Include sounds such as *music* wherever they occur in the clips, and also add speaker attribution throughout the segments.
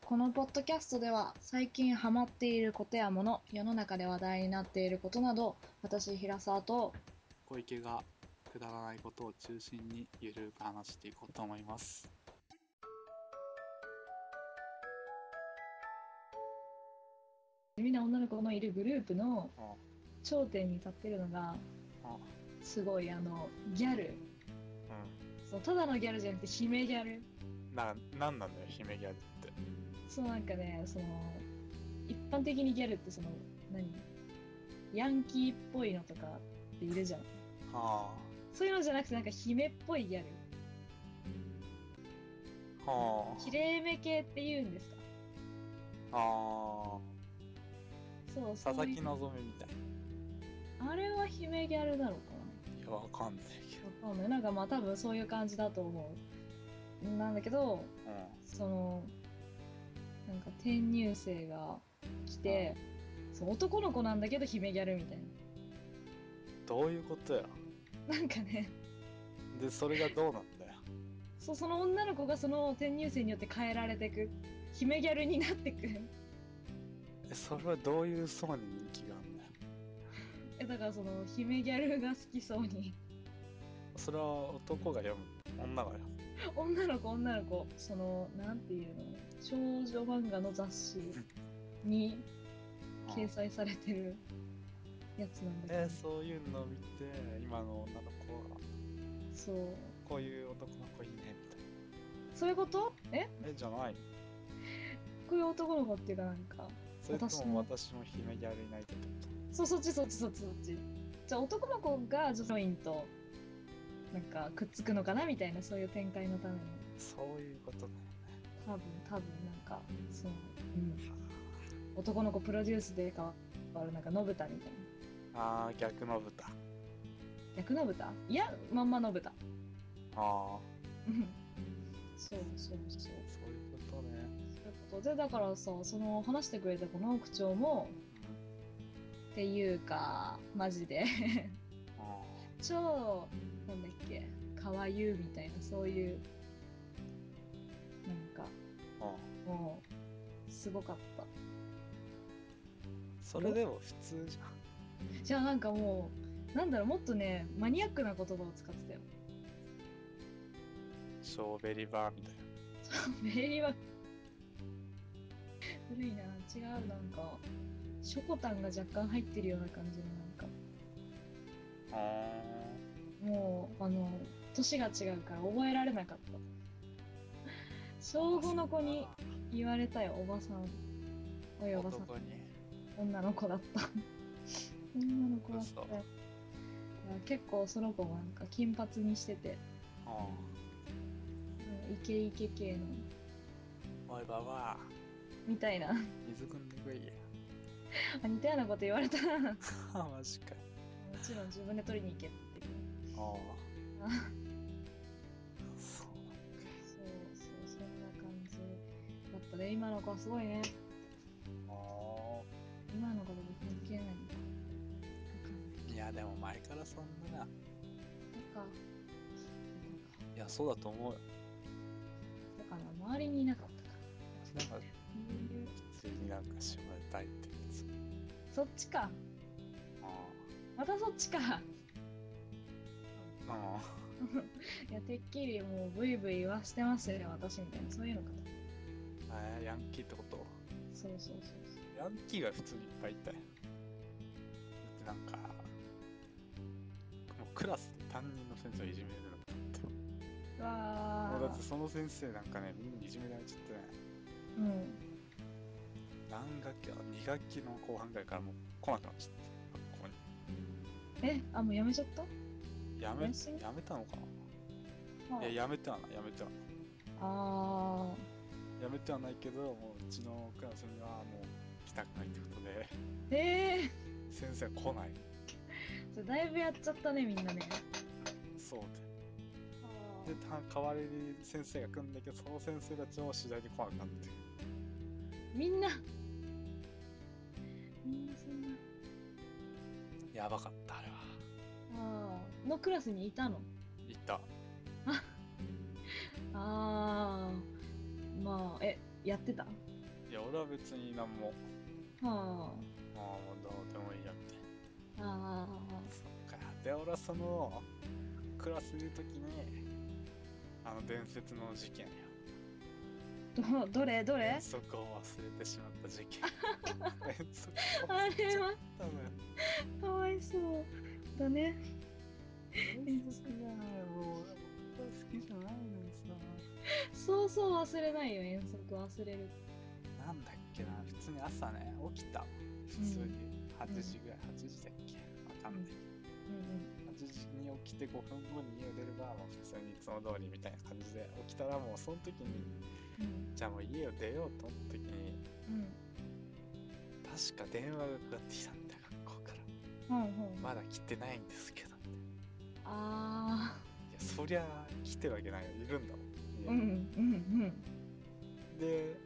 Speaker 1: このポッドキャストでは最近ハマっていることやもの世の中で話題になっていることなど私平沢と
Speaker 2: 小池がくだらないことを中心にゆるく話していこうと思います。
Speaker 1: みんな女の子のいるグループの
Speaker 2: あ
Speaker 1: 頂点に立ってるのが
Speaker 2: あ
Speaker 1: すごいあのギャルそうただのギャルじゃなくて姫ギャル
Speaker 2: うん。な、なんなんだよ、姫ギャルって。
Speaker 1: そうなんかねその一般的にギャルってその何ヤンキーっぽいのとかっているじゃん
Speaker 2: は
Speaker 1: そういうのじゃなくてなんか姫っぽいギャル
Speaker 2: あ。は
Speaker 1: きれいめ系って言うんですか
Speaker 2: あ。は
Speaker 1: そう
Speaker 2: あ。
Speaker 1: そう
Speaker 2: 佐々
Speaker 1: い
Speaker 2: 木
Speaker 1: う
Speaker 2: 希みたい。
Speaker 1: あれは姫ギャルなのか
Speaker 2: いや、わかんないけど。
Speaker 1: なわかんないなんかまあ多分そういう感じだと思うなんだけど
Speaker 2: うん。
Speaker 1: そのなんか転入生が来てそう男の子なんだけど姫ギャルみたいな
Speaker 2: どういうことや。
Speaker 1: なんかね
Speaker 2: で、それがどうなん
Speaker 1: *laughs*
Speaker 2: だよ。
Speaker 1: そうその女の子がその転入生によって変えられてく姫ギャルになってく
Speaker 2: え、それはどういう層に人気があるんだよ。
Speaker 1: えだからその姫ギャルが好きそうに
Speaker 2: それは男が読む。女が読む。
Speaker 1: 女の子女の子そのなんていうの少女漫画の雑誌に掲載されてるやつなんだけど、
Speaker 2: え、そういうのを見て、今の女の子は、
Speaker 1: そう
Speaker 2: こういう男の子いいね、みたいな
Speaker 1: そういうことえ。
Speaker 2: え、じゃない
Speaker 1: こういう男の子っていうかなんか
Speaker 2: それと
Speaker 1: 私
Speaker 2: も
Speaker 1: も
Speaker 2: 私も姫ギャルになりたいってこと
Speaker 1: そうそっちそっちそっちそっちじゃあ男の子が女インとなんかくっつくのかなみたいなそういう展開のための
Speaker 2: そういうことね。
Speaker 1: 多分多分なんかその、うん、男の子プロデュースで変わるなんかのぶたみたいな
Speaker 2: ああ、逆の豚。
Speaker 1: 逆のぶたいやまんまのぶた
Speaker 2: ああ、
Speaker 1: うんそうそうそう
Speaker 2: そういうことね。
Speaker 1: ということでだからさその話してくれたこの口調も
Speaker 2: うん。
Speaker 1: っていうかマジで *laughs*
Speaker 2: あ
Speaker 1: 超なんだっけかわゆうみたいなそういうなんか
Speaker 2: あ、あ
Speaker 1: もうすごかった
Speaker 2: あ。それでも普通じゃん。
Speaker 1: じゃあなんかもうなんだろうもっとねマニアックな言葉を使ってたよ *laughs*
Speaker 2: ショーベリバーみたいな。
Speaker 1: メーリーは古いな違うなんかショコタンが若干入ってるような感じのなんか
Speaker 2: あ
Speaker 1: もうあの年が違うから覚えられなかった小5の子に言われたよおばさんおいおばさん
Speaker 2: 男に。
Speaker 1: 女の子だった女の子だったよ
Speaker 2: 嘘
Speaker 1: いや結構その子もなんか金髪にしてて
Speaker 2: あ
Speaker 1: なんかイケイケ系の
Speaker 2: あ。おい、ばばあ。
Speaker 1: みたいな *laughs*
Speaker 2: 水汲んでくいや。
Speaker 1: あ似たようなこと言われたも
Speaker 2: ああ、マジか。
Speaker 1: ちろん自分で取りに行けっていう
Speaker 2: あ
Speaker 1: あ
Speaker 2: あ。 *laughs* そうなんだ。
Speaker 1: そうそうそんな感じだったね今の子はすごいね
Speaker 2: あ
Speaker 1: 今の子と関係ないのかわかんない
Speaker 2: あ。いや、でも前からそんなな。
Speaker 1: なんか、なんか、
Speaker 2: いや、そうだと思うよ。
Speaker 1: だから周りにいなかったから。
Speaker 2: なんか、
Speaker 1: そういう、
Speaker 2: 普通になんか絞られたいってやつ。
Speaker 1: そっちか。
Speaker 2: あ
Speaker 1: またそっちか。
Speaker 2: あ。ああ。
Speaker 1: いや、てっきりもうブイブイ言わしてますよ、私みたいな。そういうのかと。
Speaker 2: えー、ヤンキーってこと
Speaker 1: そうそうそうそう。
Speaker 2: ヤンキーが普通にいっぱいいたよ。だってなんか、もうクラスで担任の先生をいじめるのだって。
Speaker 1: うわ
Speaker 2: もうだって
Speaker 1: ー。
Speaker 2: その先生なんかね、みんなにいじめられちゃってね、
Speaker 1: うん。
Speaker 2: 何学期、あ2学期の後半ぐらいからもう来なくなっちゃって、学校に。
Speaker 1: え、あ、もうやめちゃった
Speaker 2: やめ、
Speaker 1: お休み
Speaker 2: やめたのかな
Speaker 1: はい
Speaker 2: や、やめてはない、やめてはない。
Speaker 1: あ
Speaker 2: やめてはないけど、もううちのクラスにはもう来たくないってことで、
Speaker 1: ー。え
Speaker 2: 先生は来ない。
Speaker 1: ー。じゃあだいぶやっちゃったね、みんなね。
Speaker 2: そうで。
Speaker 1: あ
Speaker 2: で、た代わりに先生が来るんだけど、その先生たちも次第に来なくなって。
Speaker 1: みんな。みんなそんな。
Speaker 2: やばかった、あれは。
Speaker 1: あー。のクラスにいたの
Speaker 2: 行った。
Speaker 1: あー。まあ、え、やってた
Speaker 2: いや俺は別に何も
Speaker 1: は
Speaker 2: ああもうどうでもいいやみたい
Speaker 1: ああ
Speaker 2: なそっかで俺はそのクラスにいる時にあの伝説の事件や
Speaker 1: あどどれどれ
Speaker 2: 遠足を忘れてしまった事件遠足を
Speaker 1: *laughs* あれは
Speaker 2: 多分
Speaker 1: かわいそうだね
Speaker 2: 遠足がもう俺好きじゃないのにさ
Speaker 1: そうそう忘れないよ遠足忘れる
Speaker 2: なんだっけな普通に朝ね起きた普通に8時ぐらい8時だっけわかんない
Speaker 1: うん
Speaker 2: 8時に起きて5分後に家を出ればもう普通にいつも通りみたいな感じで起きたらもうその時に
Speaker 1: うんうん
Speaker 2: じゃあもう家を出ようと思った時に確か電話がかかってきたんだよ学校から
Speaker 1: うんうんうん
Speaker 2: まだ来てないんですけどみたいない
Speaker 1: あ
Speaker 2: やそりゃ来てるわけないよいるんだも
Speaker 1: ー
Speaker 2: ん家
Speaker 1: うんうん
Speaker 2: で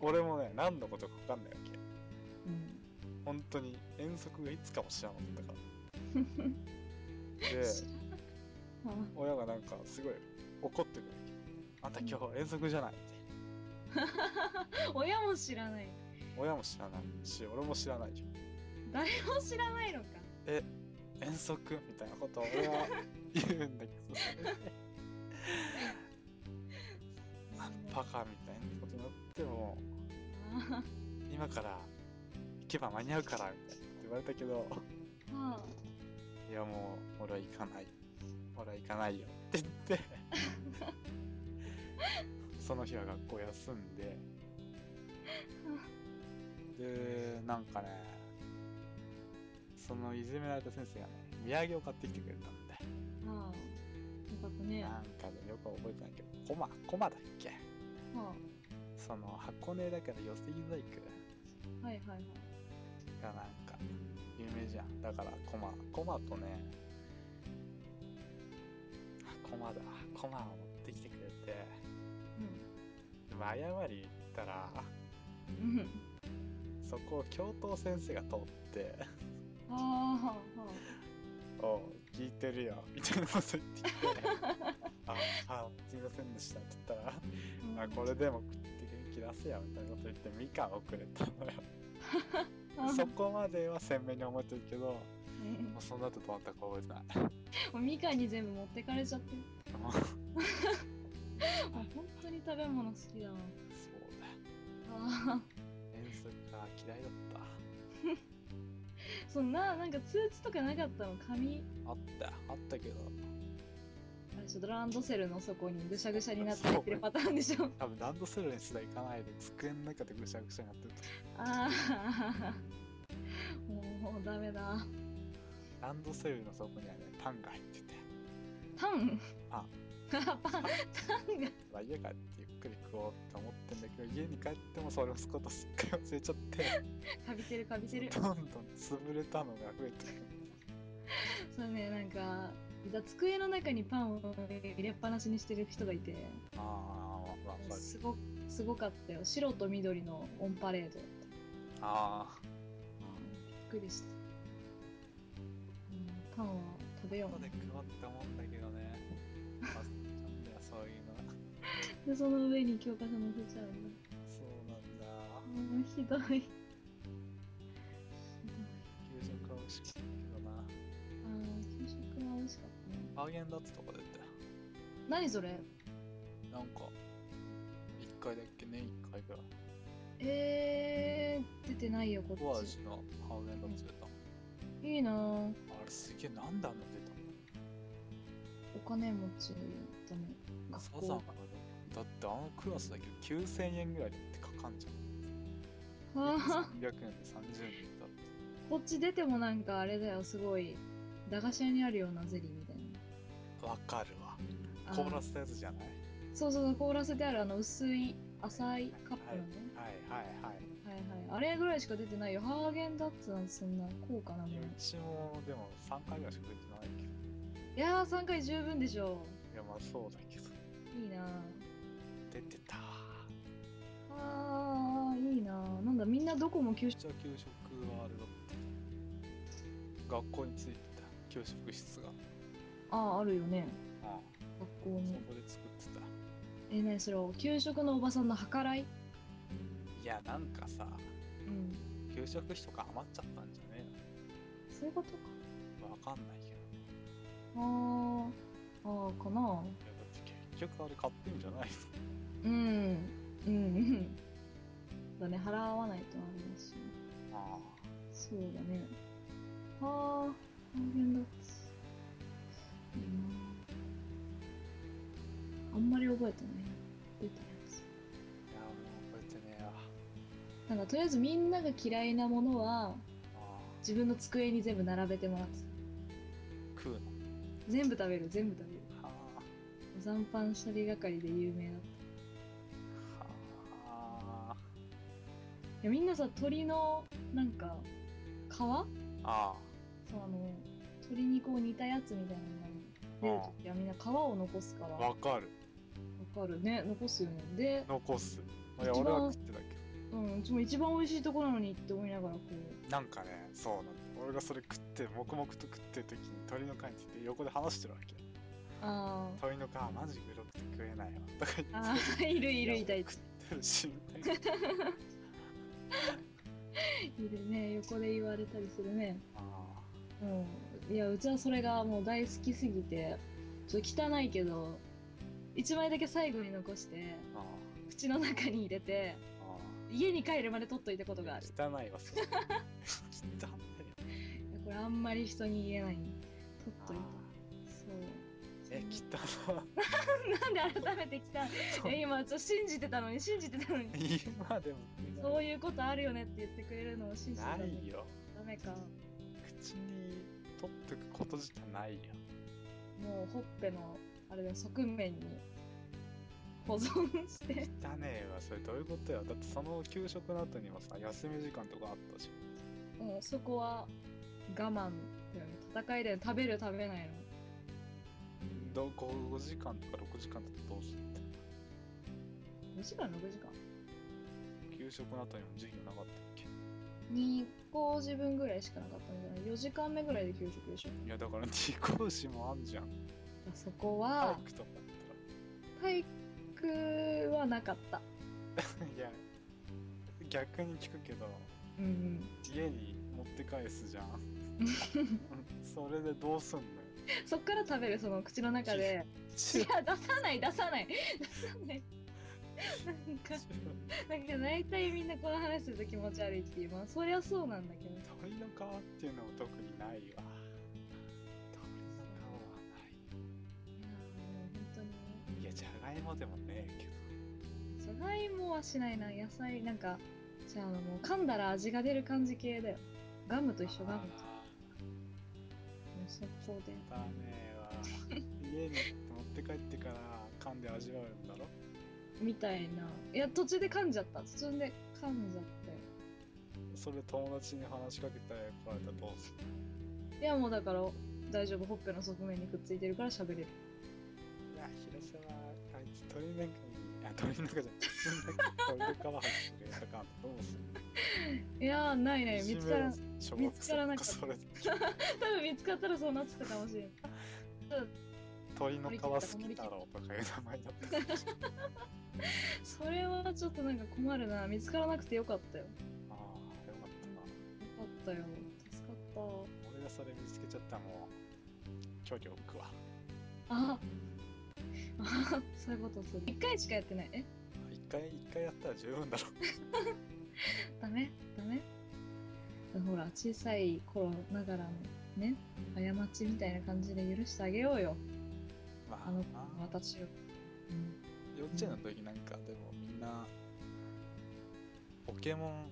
Speaker 2: 俺もね何のことか分かんないわけ
Speaker 1: うん
Speaker 2: 本当に遠足がいつかも知らなかったから
Speaker 1: うん
Speaker 2: で
Speaker 1: 知らなかっ
Speaker 2: 親がなんかすごい怒ってくるわけあんた今日遠足じゃないって
Speaker 1: た親も知らない
Speaker 2: 親も知らないし俺も知らないよ
Speaker 1: 誰も知らないのか
Speaker 2: 遠足みたいなことを俺は言うんだけどそれでバカみたいなことになっても
Speaker 1: あー
Speaker 2: 今から行けば間に合うからみたいなって言われたけど
Speaker 1: はあ
Speaker 2: いやもう俺は行かない俺は行かないよって言ってその日は学校休んででなんかねそのいじめられた先生がね土産を買ってきてくれたんで
Speaker 1: はあよかったね
Speaker 2: な
Speaker 1: は
Speaker 2: んかねよく覚えてないけどコマコマだっけ
Speaker 1: あ
Speaker 2: その箱根だから寄せ木細工
Speaker 1: はいはいはい
Speaker 2: がなんか有名じゃんだからコマコマとねあコマだコマを持ってきてくれてでも誤り言ったら
Speaker 1: うんうん
Speaker 2: そこを教頭先生が通って *laughs*
Speaker 1: ああはあは
Speaker 2: 「おう聞いてるよ」みたいなこと言ってきて「ああすいませんでした」って言ったら「
Speaker 1: あ
Speaker 2: あこれでも食って元気出せよ」みたいなこと言ってみかんをくれたのよ
Speaker 1: あ
Speaker 2: そこまでは鮮明に覚えてるけど
Speaker 1: うん
Speaker 2: もうその後どうなったか覚えてな
Speaker 1: *laughs*
Speaker 2: い
Speaker 1: もうみかんに全部持ってかれちゃってる *laughs*
Speaker 2: もうそう
Speaker 1: あ本当に食べ物好きだな
Speaker 2: だ
Speaker 1: ああ
Speaker 2: 遠足が嫌いだっ
Speaker 1: そんななんか通知とかなかったの紙
Speaker 2: たあったよあったけど
Speaker 1: あれでしょドランドセルの底にぐしゃぐしゃになって入ってるパターンでしょ
Speaker 2: 多分ランドセルにすら行かないで机の中でぐしゃぐしゃになってると
Speaker 1: ああもうダメだ
Speaker 2: ランドセルの底にはねパンが入ってて
Speaker 1: パン
Speaker 2: パン
Speaker 1: あパンパンが
Speaker 2: まあ、家帰ってゆっくり食おうって思ってんだけど家に帰ってもそれをすことすっかり忘れちゃって
Speaker 1: かびてるかびてる
Speaker 2: どんどん潰れたのが増えてくる
Speaker 1: そうねなんかじゃあ机の中にパンを入れっぱなしにしてる人がいて
Speaker 2: あー、まあ、まあ、
Speaker 1: すごすごかったよ白と緑のオンパレード
Speaker 2: あ
Speaker 1: びっくりした、うん、パンは食べよ
Speaker 2: 後
Speaker 1: う
Speaker 2: で配ったもんだけどね忘れちゃうんだよそういうの
Speaker 1: でその上に教科書載せちゃうんだ
Speaker 2: そうなんだ
Speaker 1: もうひどいひどい
Speaker 2: 給食は美味しかったけどな
Speaker 1: あー給食は美味しかったね
Speaker 2: ハーゲンダッツとか出て
Speaker 1: 何それ
Speaker 2: なんか1回だっけね1回ぐらい
Speaker 1: えー、出てないよこ
Speaker 2: 小
Speaker 1: っち
Speaker 2: 味のハーゲンダッツ出た
Speaker 1: いいなぁ
Speaker 2: あれすげえなんであんな出たの
Speaker 1: お金持ちだね学
Speaker 2: サ
Speaker 1: 校
Speaker 2: ザンだってあのクラスだけど9000円ぐらいだってかかんじゃん
Speaker 1: はあ
Speaker 2: 300円で30円だっ
Speaker 1: こっち出てもなんかあれだよすごい駄菓子屋にあるようなゼリーみたい
Speaker 2: たらわかるわ
Speaker 1: な
Speaker 2: 凍ら
Speaker 1: せ
Speaker 2: せたやつじゃない
Speaker 1: そうそうそう凍らせてあるあの薄い浅いカップのね、
Speaker 2: はいはいはい
Speaker 1: はいはいあれぐらいしか出てないよハーゲンダッツなんてそんな高価なもの
Speaker 2: いやうちもでも3回ぐらいしか出てないけど
Speaker 1: いやー3回十分でしょ
Speaker 2: いやまあそうだけど
Speaker 1: いいなぁ
Speaker 2: 出てた
Speaker 1: あーいいなぁなんだみんなどこも給
Speaker 2: うちは給食はあれだった学校についてた給食室が
Speaker 1: あああるよね
Speaker 2: ああ
Speaker 1: 学校
Speaker 2: そ
Speaker 1: に
Speaker 2: こで作ってた
Speaker 1: えー、何それを給食のおばさんの計らい
Speaker 2: いやなんかさ
Speaker 1: うん
Speaker 2: 給食費とか余っちゃったんじゃね
Speaker 1: そういうことか
Speaker 2: えのわかんないけど
Speaker 1: あーあーかない
Speaker 2: やだって結局あれ買ってんじゃない
Speaker 1: う
Speaker 2: の
Speaker 1: んうんうん *laughs* だね払わないとあれだし
Speaker 2: あ
Speaker 1: そうだねああ大変だっついいなあんまり覚えてない出たやつ
Speaker 2: あいやもう覚えてねえわ
Speaker 1: なんかとりあえずみんなが嫌いなものは
Speaker 2: あ
Speaker 1: 自分の机に全部並べてもらってた
Speaker 2: ー食うの
Speaker 1: 全部食べる全部食べる
Speaker 2: は
Speaker 1: 残飯処理係で有名だったい
Speaker 2: あは
Speaker 1: やみんなさ鳥のなんか皮そう
Speaker 2: ああ
Speaker 1: あの鶏にこう似たやつみたいなのが出る時はみんな皮を残すから
Speaker 2: あ
Speaker 1: わ
Speaker 2: わかる
Speaker 1: かるね残すよねで
Speaker 2: 残すいや
Speaker 1: 一番
Speaker 2: 俺は食ってたけ
Speaker 1: うん、うちも一番美味しいところなのにって思いながらこ
Speaker 2: どなんかねそうなんだよ俺がそれ食って黙々と食ってる時に鳥の会について横で話してるわけ
Speaker 1: うあー
Speaker 2: 鳥の皮マジグロくて食えないわとか言って
Speaker 1: あー *laughs* いるいるいたい
Speaker 2: や
Speaker 1: た
Speaker 2: 食ってるしみ
Speaker 1: *laughs*
Speaker 2: たいな
Speaker 1: いるね横で言われたりするね
Speaker 2: あ
Speaker 1: うんいやうちはそれがもう大好きすぎてちょっと汚いけど一枚だけ最後に残して
Speaker 2: ーあ
Speaker 1: 口の中に入れて
Speaker 2: ーあ
Speaker 1: 家に帰るまで取っといたこ
Speaker 2: ー
Speaker 1: とがある
Speaker 2: 汚いわ
Speaker 1: *laughs*
Speaker 2: それ汚い
Speaker 1: いやこれあんまり人に言えない取っ
Speaker 2: あ
Speaker 1: といた
Speaker 2: ー
Speaker 1: そう
Speaker 2: え汚っ
Speaker 1: なんで改めて来た
Speaker 2: *laughs* そう
Speaker 1: え今ちょっと信じてたのに信じて
Speaker 2: *laughs*
Speaker 1: たのに
Speaker 2: 今でも
Speaker 1: そういうことあるよねって言ってくれるのを信じてた
Speaker 2: な
Speaker 1: のに
Speaker 2: いよ
Speaker 1: ダメか
Speaker 2: 口に取っとくこと自体ないよ
Speaker 1: もうほっぺのあれだよ側面に保存して
Speaker 2: 汚ねえわそれどういうことよだってその給食の後にもさ休み時間とかあったし
Speaker 1: もうそこは我慢だよね戦いだよね食べる食べないの
Speaker 2: ど 5, 時間とか6時間とかどうするって
Speaker 1: 5時間6時間
Speaker 2: 給食の後にも授業なかったっけ
Speaker 1: 2個自分ぐらいしかなかったんじゃない4時間目ぐらいで給食でしょ
Speaker 2: いやだから *laughs* 二講師もあんじゃん
Speaker 1: だそこ
Speaker 2: 体
Speaker 1: は
Speaker 2: 育とかだったら
Speaker 1: 体育はなかった
Speaker 2: *laughs* いや逆に聞くけど
Speaker 1: うん
Speaker 2: 家に持って返すじゃん
Speaker 1: うん
Speaker 2: それでどうすんのよ
Speaker 1: そっから食べるその口の *laughs* 中でいや出さない出さない出さないなんか
Speaker 2: *laughs*
Speaker 1: なんか大体みんなこの話すると気持ち悪いっていうまあそりゃそうなんだけど
Speaker 2: 鳥の皮っていうのも特にないわ鳥の皮はな
Speaker 1: や
Speaker 2: い
Speaker 1: ーもう本当に
Speaker 2: いいやじゃがいもでもねえけど
Speaker 1: じゃがいもはしないな野菜なんかじゃあもう噛んだら味が出る感じ系だよガムと一緒ガムとも
Speaker 2: あ
Speaker 1: うそこで
Speaker 2: ー汚ねえわ家に持って帰ってから噛んで味わうんだろ
Speaker 1: みたいないや途中で噛んじゃった途中で噛んじゃっ
Speaker 2: それ友達に話しかけたら来られたらどうする
Speaker 1: ていやもうだから大丈夫ほっぺの側面にくっついてるから喋れる
Speaker 2: いや広島あいつ鳥の中にあ鳥の中じゃない鳥の皮入ってるやつかどうする
Speaker 1: いやーないない見つからん
Speaker 2: 小
Speaker 1: 見
Speaker 2: 学
Speaker 1: つ
Speaker 2: 生
Speaker 1: からなかった多
Speaker 2: それ
Speaker 1: 分見つかったらそうなってたかも *laughs* しれない
Speaker 2: 鳥の皮好きだろうとかいう名前だ *laughs* った
Speaker 1: それはちょっとなんか困るな見つからなくてよかったよよ
Speaker 2: ああよかったな
Speaker 1: かったよ助かった
Speaker 2: 俺がそれ見つけちゃったらもう距離を置くわ
Speaker 1: あ *laughs* あそういうことそう一回しかやってないえ
Speaker 2: 一回一回やったら十分だろ
Speaker 1: ダメダメほら小さい頃ながらのね過ちみたいな感じで許してあげようよ
Speaker 2: *laughs* まあ
Speaker 1: あの子の私を、うん、
Speaker 2: 幼稚園の時なんかでもみんなポケモン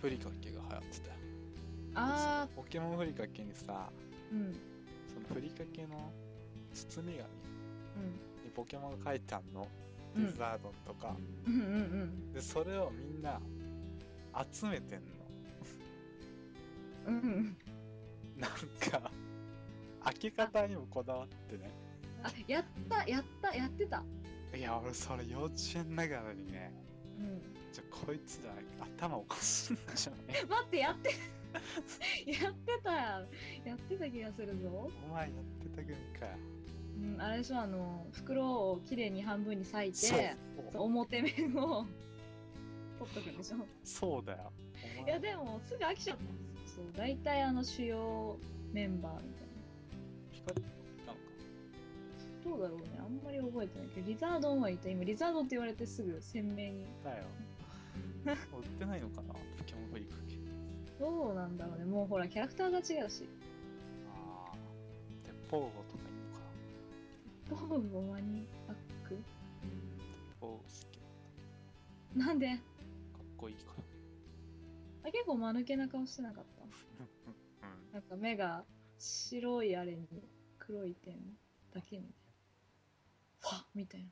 Speaker 2: ふりかけが流行ってたよ
Speaker 1: ああ
Speaker 2: ポケモンふりかけにさ
Speaker 1: うん
Speaker 2: そのふりかけの包み紙にポケモンが書いてあんの
Speaker 1: うんう
Speaker 2: デ
Speaker 1: ん
Speaker 2: ザートンとか、
Speaker 1: うんうんうん
Speaker 2: でそれをみんな集めてんの
Speaker 1: うんうん
Speaker 2: なんか開け方にもこだわってね
Speaker 1: あやったやったやってた
Speaker 2: いや俺それ幼稚園ながらにね
Speaker 1: うん
Speaker 2: ちょこいつら頭おかしいんじゃない *laughs*
Speaker 1: 待ってやって *laughs* やってたやってた気がするぞ
Speaker 2: お前やってた組かよ
Speaker 1: ううん、あれでしょあの袋をきれいに半分に裂い
Speaker 2: そう
Speaker 1: てそう表面を取っとくん
Speaker 2: *laughs*
Speaker 1: でしょ
Speaker 2: そうだよお
Speaker 1: いや
Speaker 2: 前
Speaker 1: でもすぐ飽きちゃったんですよそう大体あの主要メンバーみたい
Speaker 2: 光なんか
Speaker 1: などうだろうねあんまり覚えてないけどリザードンはいた今リザードンって言われてすぐ鮮明に
Speaker 2: だよ売ってないのかなポケモンがいいかけ
Speaker 1: どうなんだろうねもうほらキャラクターが違うし
Speaker 2: ああ鉄砲棒とかいいのか
Speaker 1: ボブボマニアック
Speaker 2: 鉄砲好きか
Speaker 1: なんで
Speaker 2: っこいいか
Speaker 1: あ結構間抜けな顔してなかった
Speaker 2: ら
Speaker 1: なんか目が白いあれに黒い点だけにファッみたいな